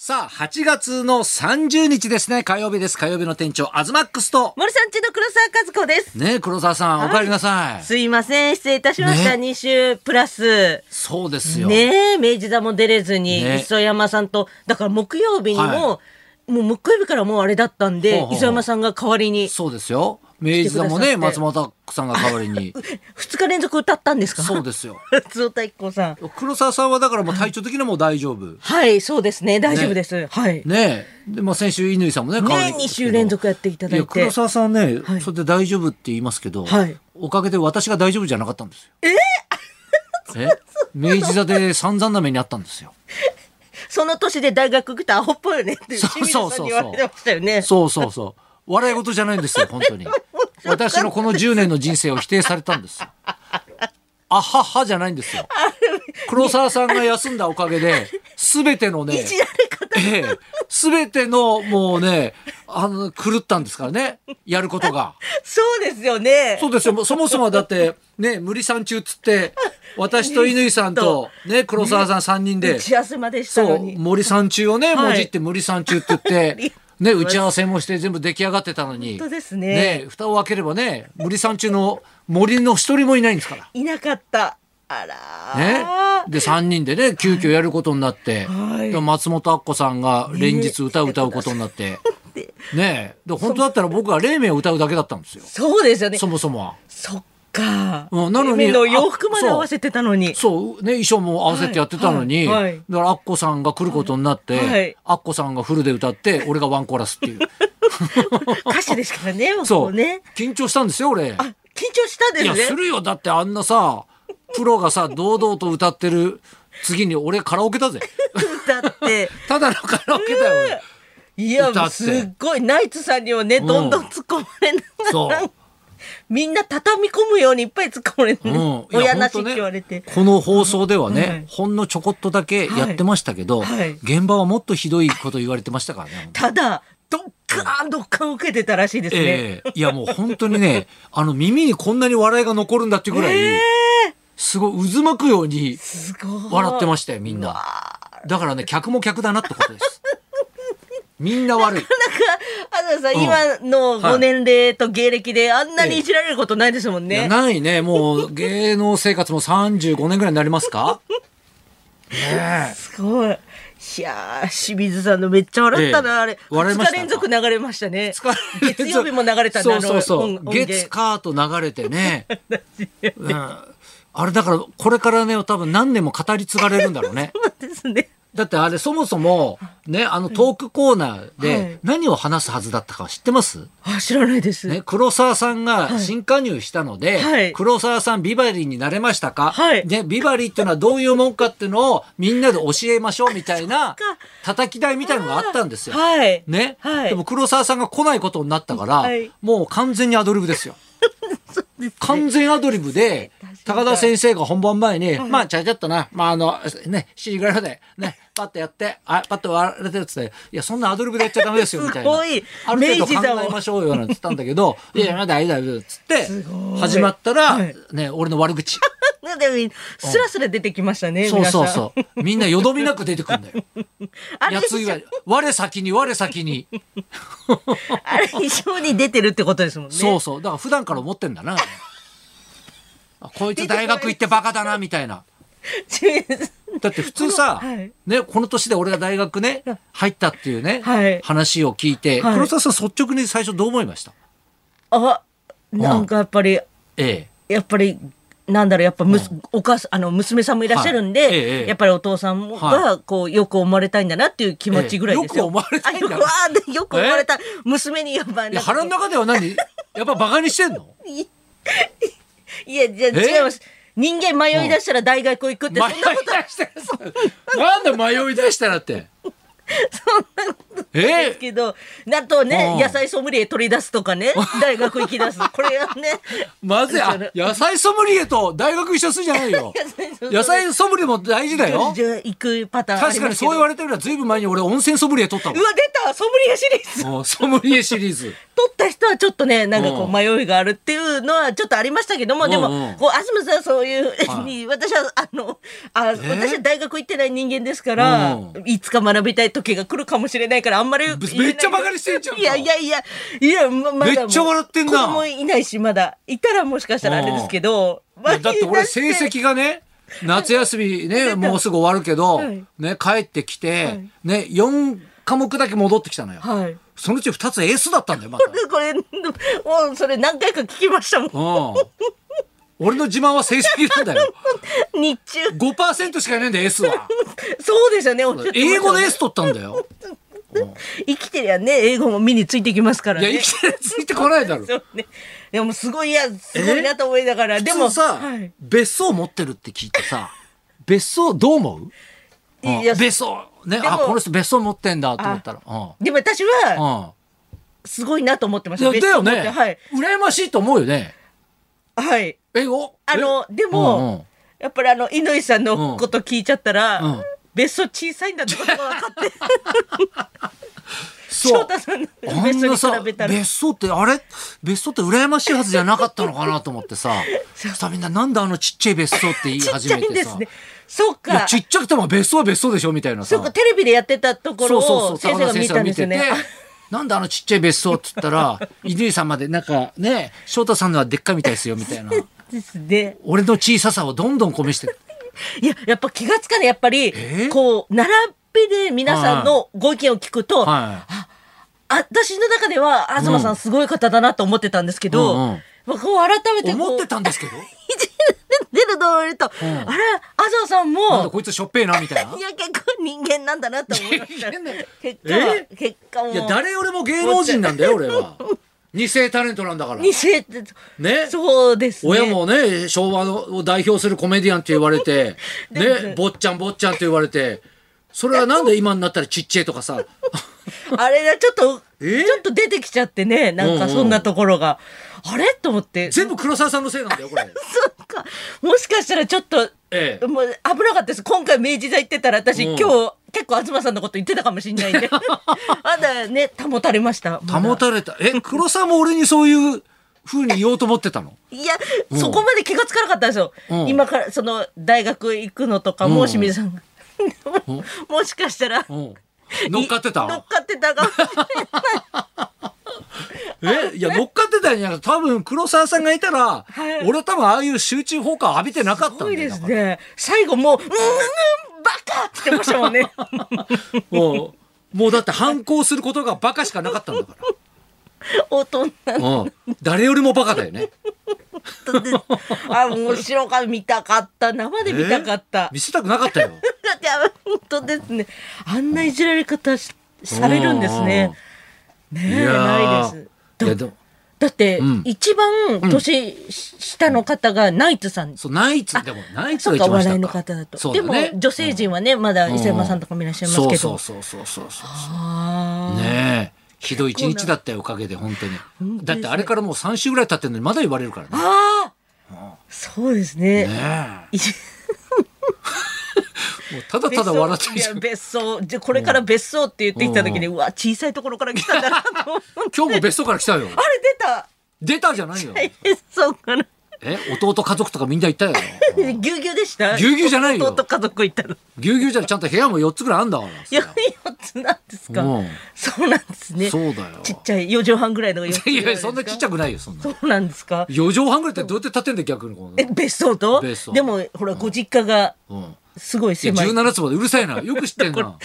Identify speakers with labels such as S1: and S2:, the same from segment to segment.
S1: さあ、8月の30日ですね。火曜日です。火曜日の店長、アズマックスと。
S2: 森さんちの黒沢和子です。
S1: ねえ黒沢さん、
S2: はい
S1: お帰りなさい。
S2: すいません、失礼いたしました。
S1: ね
S2: 二週プラス。
S1: そうですよ。
S2: ねえ、明治座も出れずに、
S1: ね
S2: 磯山さんと、だから木曜日にも、
S1: は
S2: もう木曜日からもうあれだったん
S1: ほ
S2: で、
S1: うほう
S2: 磯山さんが代わりに、
S1: そうですよ。明治座も
S2: 来
S1: ね、
S2: てくださっ
S1: 松
S2: て
S1: 本さんが代わり に。
S2: 二日連続歌ったんですか
S1: そう
S2: で
S1: ですよ。
S2: す。津太一光さん。
S1: 黒沢さんはだからもう体調的にはもう大丈夫。
S2: はい、そうですね、大丈夫です。はい。ね
S1: ねえ。で、まあ先週、乾さんもね、代わり
S2: え、二週連続やっていた
S1: い
S2: だ
S1: や、
S2: いて。
S1: 黒沢さんね、
S2: はい
S1: それで大丈夫って言いますけど、
S2: はい
S1: おかげで私が大丈夫じゃなかったんですよ。ええ明治座で散々な目にあったんですよ。
S2: その年で大学行くとアホっぽいよねって、
S1: そう
S2: 清水さんに言われてましたよね。
S1: そうそうそう。笑い事じゃないんですよ、本当に。私のこの10年の人生を否定されたんですよ。あははじゃないんですよ。黒沢さんが休んだおかげで、すべてのね、
S2: 知られ方
S1: ええ、すべてのもうね、あの、狂ったんですからね、やることが。
S2: そうですよね。
S1: そうですよ、もうそもそもはだって、ね、無理さん中っつって、私と乾さんと、ね、黒沢さん3人で
S2: 打、ち合わせまでした
S1: そ
S2: の
S1: う
S2: に。
S1: 森三中をね、
S2: はい
S1: もじって森三中って言 って
S2: り。
S1: ね、打ち合わせもして全部出来上がってたのに。
S2: 本当ですね
S1: 蓋を開ければね、森三中の森の一人もいないんですか
S2: いなかった。あ
S1: ら。ね
S2: ら。。
S1: で、三人でね、急遽やることになって、
S2: はい
S1: で松本明子さんが連日歌を歌うことにな って。ねで、本当だったら僕は黎明を歌うだけだったんですよ。
S2: そうですよね。
S1: そ
S2: そ
S1: もそもは。
S2: っか。
S1: うんなのに
S2: 夢の洋服まで合わせてたのに。
S1: そうね衣装も合わせてやってたのに、
S2: はいはい
S1: だからアッコさんが来ることになって、
S2: はい
S1: アッコさんがフルで歌って俺がワンコーラスっていう
S2: 歌手ですからね、僕
S1: そ
S2: も
S1: う
S2: ね。
S1: 緊張したんですよ俺
S2: あ、緊張したんで
S1: いや
S2: す
S1: す
S2: ね。
S1: るよだってあんなさプロがさ堂々と歌ってる次に俺カラオケ だぜ
S2: 歌って。
S1: ただのカラオケだよ俺
S2: いや、
S1: 歌
S2: も
S1: っ
S2: う
S1: て
S2: すっごい、ナイツさんにはね、
S1: ん
S2: どんどん突っ込まれな
S1: そ
S2: がら、みんな畳み込むようにいっぱい突っ込まれ
S1: う、うん
S2: て、、親なしっ
S1: いや
S2: て言われて
S1: 本。当ねこの放送ではね、
S2: はい
S1: ほんのちょこっとだけやってましたけど、
S2: はいはい
S1: 現場はもっとひどいこと言われてましたからね本当
S2: ただ、どっかんどっかん受けてたらしいですね。
S1: ええいやもう本当にねあの耳にこんなに笑いが残るんだっていうぐらい、すごい渦巻くように
S2: すごい。
S1: 笑ってま
S2: し
S1: したよみん
S2: た
S1: なだからね客も客だなってことですみんな悪い
S2: あざさん、
S1: うん
S2: 今の
S1: は
S2: ご
S1: い
S2: 年齢と芸歴であんなにいじられることないですもん
S1: いや
S2: ね。
S1: ないねも う芸能生活も35年ぐらいになりますかねえ
S2: すごい。いやー、清水さんのめっちゃ笑ったな、
S1: ええ
S2: あれ。
S1: 笑いま
S2: 2
S1: した
S2: 日連続流れましたね。
S1: 疲れる
S2: 月曜日も流れたん
S1: そ
S2: だ
S1: うそうそ
S2: あの
S1: う
S2: 音音源
S1: 月火と流れてね、 うん、あれだからこれからね多分何年も語り継がれるんだろうね
S2: そうですね。
S1: だってあれそもそもねあのトークコーナー
S2: は
S1: で
S2: い
S1: 何を話すはずだったかは知ってます、
S2: あ、知らないです。
S1: ね、黒沢さんが新加入したので、
S2: はい
S1: 黒沢さんビバリーになれましたか、
S2: はい
S1: ね、ビバリーっていうのはどういうもんかっていうのをみんなで教えましょうみたいな
S2: そっか
S1: 叩き台みたいのがあったんですよ。
S2: はい。
S1: ね、
S2: はい
S1: でも黒沢さんが来ないことになったから、
S2: はい
S1: もう完全にアドリブ ですよ。
S2: ですね
S1: 完全アドリブで
S2: 確かに、
S1: 高田先生が本番前に、まあ、ちゃちゃっとな、まあ、あの、ね、7時ぐらいまで、ね、パッとやって、あ、パッと笑われてるっつって、いや、そんなアドリブでやっちゃダメですよ、みたいな。
S2: すごい
S1: ある程
S2: 明治
S1: 度
S2: だ
S1: 考
S2: わ
S1: えましょうよ、なんて言ったんだけど、いやいや、大丈夫、大丈夫、つって
S2: すご、い
S1: 始まったら
S2: はい、
S1: ね、俺の悪口。
S2: なんで、スラスラ出てきましたね。。
S1: そうそうそう う。みんなよどみなく出てくんだよ。
S2: あれ
S1: や
S2: 以
S1: ついわ、我先に、我先に。
S2: 上、 あれ以上に出てるってことですもんね。
S1: そうそう。だから普段から思ってんだな。 あこいつ大学行ってバカだな、みたいな。
S2: 清水さん
S1: だって普通さ、
S2: このはい
S1: ね、この年で俺が大学ね、入ったっていうね、
S2: はい
S1: 話を聞いて、
S2: はい
S1: 黒沢さん率直に最初どう思いました
S2: あ、なんかやっぱり、
S1: え
S2: やっぱり、なんだろう、やっぱむす、お母さん、あの、娘さんもいらっしゃるんで、
S1: はいええ
S2: やっぱりお父さん
S1: は
S2: が、こう、よく思われたいんだなっていう気持ちぐらいです
S1: ええよ
S2: よ。
S1: く思われたいんだな
S2: あよくわーよく思われた。娘にやっぱ、
S1: えい
S2: な
S1: や
S2: んか
S1: 腹の中では何やっぱバカにしてんの
S2: いや、じゃ
S1: え
S2: あ違います。人間迷い出したら大学行くって、
S1: 迷い
S2: そんなこと、
S1: 出したらさなんで迷い出したら って。そんな
S2: で
S1: え
S2: すけど、だとね、
S1: うん
S2: 野菜ソムリエ取り出すとか ね、大学行き出す。これはね。
S1: まずいあ野菜ソムリエと大学一緒するじゃないよ。 野菜ソムリエも大事だよ。
S2: じゃあ行くパターンありま
S1: 確
S2: すけど。
S1: かにそう言われてるのはずいぶん前に俺温泉ソムリエ取ったもん
S2: うわ、出たソムリエシリーズ
S1: うんソムリエシリーズ。
S2: 取った人はちょっとねなんかこ
S1: う
S2: うん迷いがあるっていうのはちょっとありましたけども、でも、
S1: うんうん
S2: こう東さんはそういう、
S1: はい
S2: 私はあのあ、
S1: ー
S2: 私は大学行ってない人間ですから、
S1: う
S2: いつか学びたい時が来るかもしれないからあんまり言えない
S1: めっちゃ馬鹿にしてんじゃんか
S2: いやいやいやいやままだもう
S1: めっちゃ笑ってんな
S2: 子供いないしまだいたらもしかしたらあれですけど、まあ
S1: だって俺成績がね夏休みねもうすぐ終わるけど、
S2: はい
S1: ね帰ってきて、
S2: はい
S1: ね4科目だけ戻ってきたのよ、
S2: はい
S1: そのうち2つエースだったんだよまた
S2: これこれ もうそれ何回か聞きましたも
S1: う
S2: ん
S1: ん俺の自慢は成績なんだよ
S2: 日中
S1: 5%しかいないんだよ S は
S2: そうですよねおっしゃってました
S1: 英語で S 取ったんだよ
S2: 生きてりゃね英語も身についてきますから
S1: いや
S2: ね
S1: 生きてついてこないだろ
S2: そうねでもすごいいやすごいなと思いながらで
S1: で
S2: も
S1: もさ、
S2: はい
S1: 別荘持ってるって聞いてさ別荘どう思ううん
S2: いや
S1: 別荘ね
S2: で
S1: あ
S2: も
S1: この人別荘持ってんだと思ったらう
S2: でも私は
S1: んうん
S2: すごいなと思ってまし
S1: い
S2: た
S1: やだよね、
S2: 別荘持ってはい
S1: 羨ましいと思うよね
S2: はい
S1: えお
S2: あの
S1: え
S2: でも
S1: うんうん
S2: やっぱりあの乾さんのこと聞いちゃったら、
S1: うん
S2: 別荘小さいんだってことが分か って
S1: そ
S2: 翔
S1: う
S2: 太さんの
S1: あんな
S2: 別荘に
S1: さ
S2: 比べたら
S1: 別荘ってあれ別荘って羨ましいはずじゃなかったのかなと思って さそしたらみんななんであのちっちゃい別荘って言い
S2: ちっ
S1: 始
S2: ちゃ
S1: め
S2: いん
S1: て
S2: で
S1: さ
S2: すねそう
S1: いや
S2: か
S1: ちっちゃくても別荘は別荘でしょみたいなさ
S2: そうかテレビでやってたところを先生が見たんですよね
S1: 高田先生が見ててなんであのちっちゃい別荘って言った ら乾さんまでなんかね翔太さんのはでっかいみたいですよみたいな
S2: ですね
S1: 俺の小ささをどんどんこめして
S2: いや、やっぱ気がつかない。やっぱり
S1: え、
S2: こう、並びで皆さんのご意見を聞くと、あ
S1: は
S2: 私の中では、東さ
S1: うんん
S2: すごい方だなと思ってたんですけど、
S1: うんうん
S2: まあこう改め
S1: い
S2: てこう、
S1: 思ってたん ですけど
S2: 出るのを見ると、
S1: ん
S2: あれ、東さん
S1: なんだ
S2: も、
S1: こいつしょっぺえなみたいない
S2: や、結構人間なんだなと思いました
S1: 人間だよ。
S2: 結果は
S1: え、
S2: 結果も。
S1: いや誰よりも芸能人なんだよ俺は二世タレントなんだから
S2: にせって、
S1: ね
S2: そうですね。
S1: 親もね昭和のを代表するコメディアンって言われて
S2: で
S1: ね坊っちゃん坊っちゃんって言われてそれはなんで今になったらちっちゃいとかさ
S2: あれがちょっと、
S1: え
S2: ちょっと出てきちゃってね、なんかそんなところが、あれと思って。
S1: 全部黒沢さんのせいなんだよこれ。
S2: そうか。もしかしたらちょっと、
S1: ええ
S2: もう危なかったです。今回明治座行ってたら私、
S1: うん
S2: 今日結構東さんのこと言ってたかもしれない んで。まだね、保たれました。まだ
S1: 保たれたえ黒沢も俺にそういう風に言おうと思ってたの
S2: いや、
S1: ん
S2: そこまで気がつかなかったんですよ。
S1: うん
S2: 今から、その、大学行くのとかも、
S1: うん
S2: 清水さんが。も もしかしたら。
S1: うん乗っかって
S2: い乗ったかってたか もしれない。
S1: えいや乗っかってたんじゃなくて多分黒沢さんがいたら、
S2: はい
S1: 俺は多分ああいう集中砲火を浴びてなかっ
S2: す
S1: たん
S2: ご
S1: だ
S2: い
S1: よ
S2: です
S1: だから
S2: ね。最後もう、うん、うん、バカって言ってまし たもんね。
S1: もうもうだって反抗することがバカしかなかったんだか
S2: 大人
S1: ら、うん、誰よりもバカだよね
S2: だってあ、面白かった。見たかった。生で見たかった。
S1: 見せたくなかったよ
S2: だってあ本当ですね。あんないじられ方しされるんですね。ねえ、
S1: いや
S2: ない
S1: ー
S2: です。
S1: いや
S2: だ
S1: でも
S2: だって、
S1: ん
S2: 一番年下の方がナイツさん。
S1: そうナイツでもナイツ
S2: そ
S1: が
S2: う
S1: 一
S2: か、お
S1: 番下
S2: 笑
S1: か
S2: いの方だと。
S1: そう
S2: で
S1: だ
S2: も
S1: ね、
S2: 女性陣はね、まだ伊勢山さんとかもいらっしゃいますけ
S1: そ
S2: ど
S1: う。そうそうそうそうそう
S2: ああ。
S1: ねえひどい一日だったよおかげで本当にだってあれからもう3週ぐらい経ってるのにまだ言われるからね
S2: ああ。そうですね。
S1: ね
S2: い
S1: え もうただただ笑ってる
S2: い
S1: じゃ
S2: や
S1: ん
S2: 別荘じゃこれから別荘って言ってきた時に
S1: う
S2: うわ小さいところから来たんだなと思って
S1: 今日も別荘から来たよ
S2: あれ出 た
S1: 出たじゃないよ
S2: 別荘から
S1: え弟家族とかみんな行ったよ
S2: ぎゅうぎゅうでした
S1: ぎゅうぎゅうじゃないよ
S2: 弟家族行ったの
S1: ぎゅうぎゅうじゃなくちゃんと部屋も4つぐらいあんだからさ
S2: 四つなんですか
S1: うん
S2: そうなんですね
S1: そうだよ
S2: ちっちゃい四畳半ぐらいのが四つ
S1: いやいやそんなちっち
S2: ゃ
S1: ゃくないよそんな
S2: そうなんですか
S1: 4畳半ぐらいってどうやって建てんだよ逆にこの
S2: え別荘と
S1: 別荘
S2: でもほらご実家が
S1: うんい
S2: すごい
S1: や
S2: 狭 い
S1: 17坪でうるさいなよく知 ってんな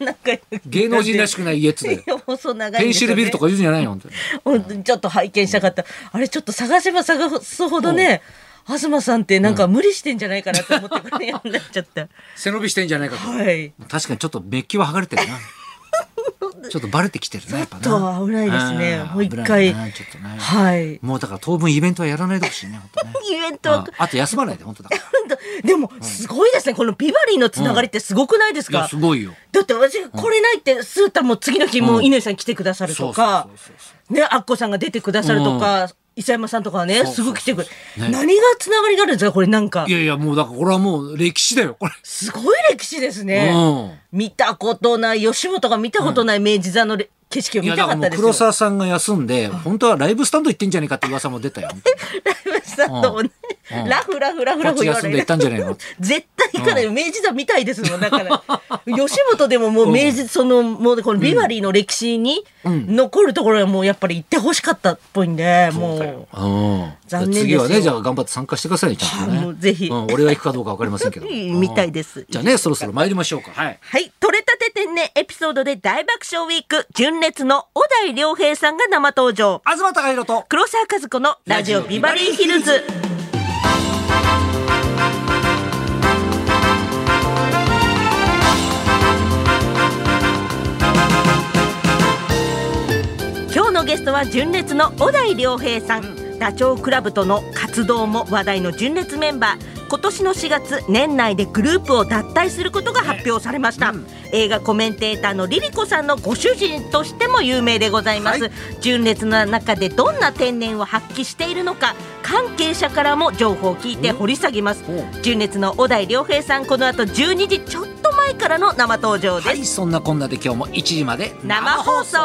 S2: なんか
S1: 芸能人らしくない家 っつだよ
S2: いや細長いんですよね
S1: ペンシルビルとか言うんじゃないよ本当に
S2: 本当にちょっと拝見したかったあれちょっと探せば探すほどね東さんってなんか無理してんじゃないかなと 思ってこれやんなっちゃった
S1: 背伸びしてんじゃないかと
S2: はい
S1: 確かにちょっとメッキは剥がれてる なちょっとバレてきてるなやっぱな
S2: ちょっと危ないですね
S1: ん
S2: もう一回
S1: 危ないなちょっとね
S2: はいイ
S1: もうだから当分イベントはやらないでほしいね本 当ね
S2: ベントは
S1: うんあと休まないで本当だから
S2: でもすごいですねこのビバリーのつながりってすごくないです
S1: いや
S2: か、
S1: すごいよ
S2: だって私これないってスータも次の日もう
S1: うん
S2: 乾さん来てくださるとか
S1: そうそうそうそ
S2: ねアッコさんが出てくださるとか、伊佐山さんとかはね
S1: そう
S2: す
S1: そう
S2: ぐ来てくる、
S1: ね
S2: 何がつながりがあるんですかこれなんか
S1: いやいやもうだからこれはもう歴史だよこれ
S2: すごい歴史ですね、
S1: うん
S2: 見たことない吉本が見たことない明治座のれ景色を
S1: い
S2: 見
S1: や
S2: た
S1: だ
S2: か
S1: からもう
S2: ったですよ。
S1: 黒沢さんが休んで本当はライブスタンド行ってんじゃねえかって噂も出たよ。本当に
S2: ライブさんと同じ
S1: うん
S2: ラフラフラフ
S1: こ
S2: ラ
S1: っ
S2: フ
S1: ち
S2: 言わ
S1: 休ん
S2: れ
S1: で行
S2: る
S1: ったんじゃねえの。
S2: 絶対行かない、明治座みたいですもんだから吉本でももう明治、そのもうこのビバリーの歴史に
S1: ん
S2: 残るところはもうやっぱり行ってほしかったっぽいんで、もう
S1: うん。
S2: 残念ですよ
S1: 次はねじゃあ頑張って参加してくださいねちゃんとね。
S2: はいもうぜひ
S1: うん俺が行くかどうかわかりませんけど。
S2: いいみたいです
S1: うんじゃあねそろそろ参りましょうか。はい。
S2: はい取れたて天然エピソードで大爆笑ウィーク純烈の小田井良平さんが生登場
S1: 東隆弘と
S2: 黒沢和子のラジオビバリーヒルズ今日のゲストは純烈の小田井良平さん、ダチョウ倶楽部との活動も話題の純烈メンバー今年の4月年内でグループを脱退することが発表されました、映画コメンテーターのリリコさんのご主人としても有名でございます、
S1: はい
S2: 純烈の中でどんな天然を発揮しているのか関係者からも情報を聞いて掘り下げます、
S1: うん
S2: 純烈の小田井良平さんこの後12時ちょっと前からの生登場です、
S1: はいそんなこんなで今日も1時まで
S2: 生放送。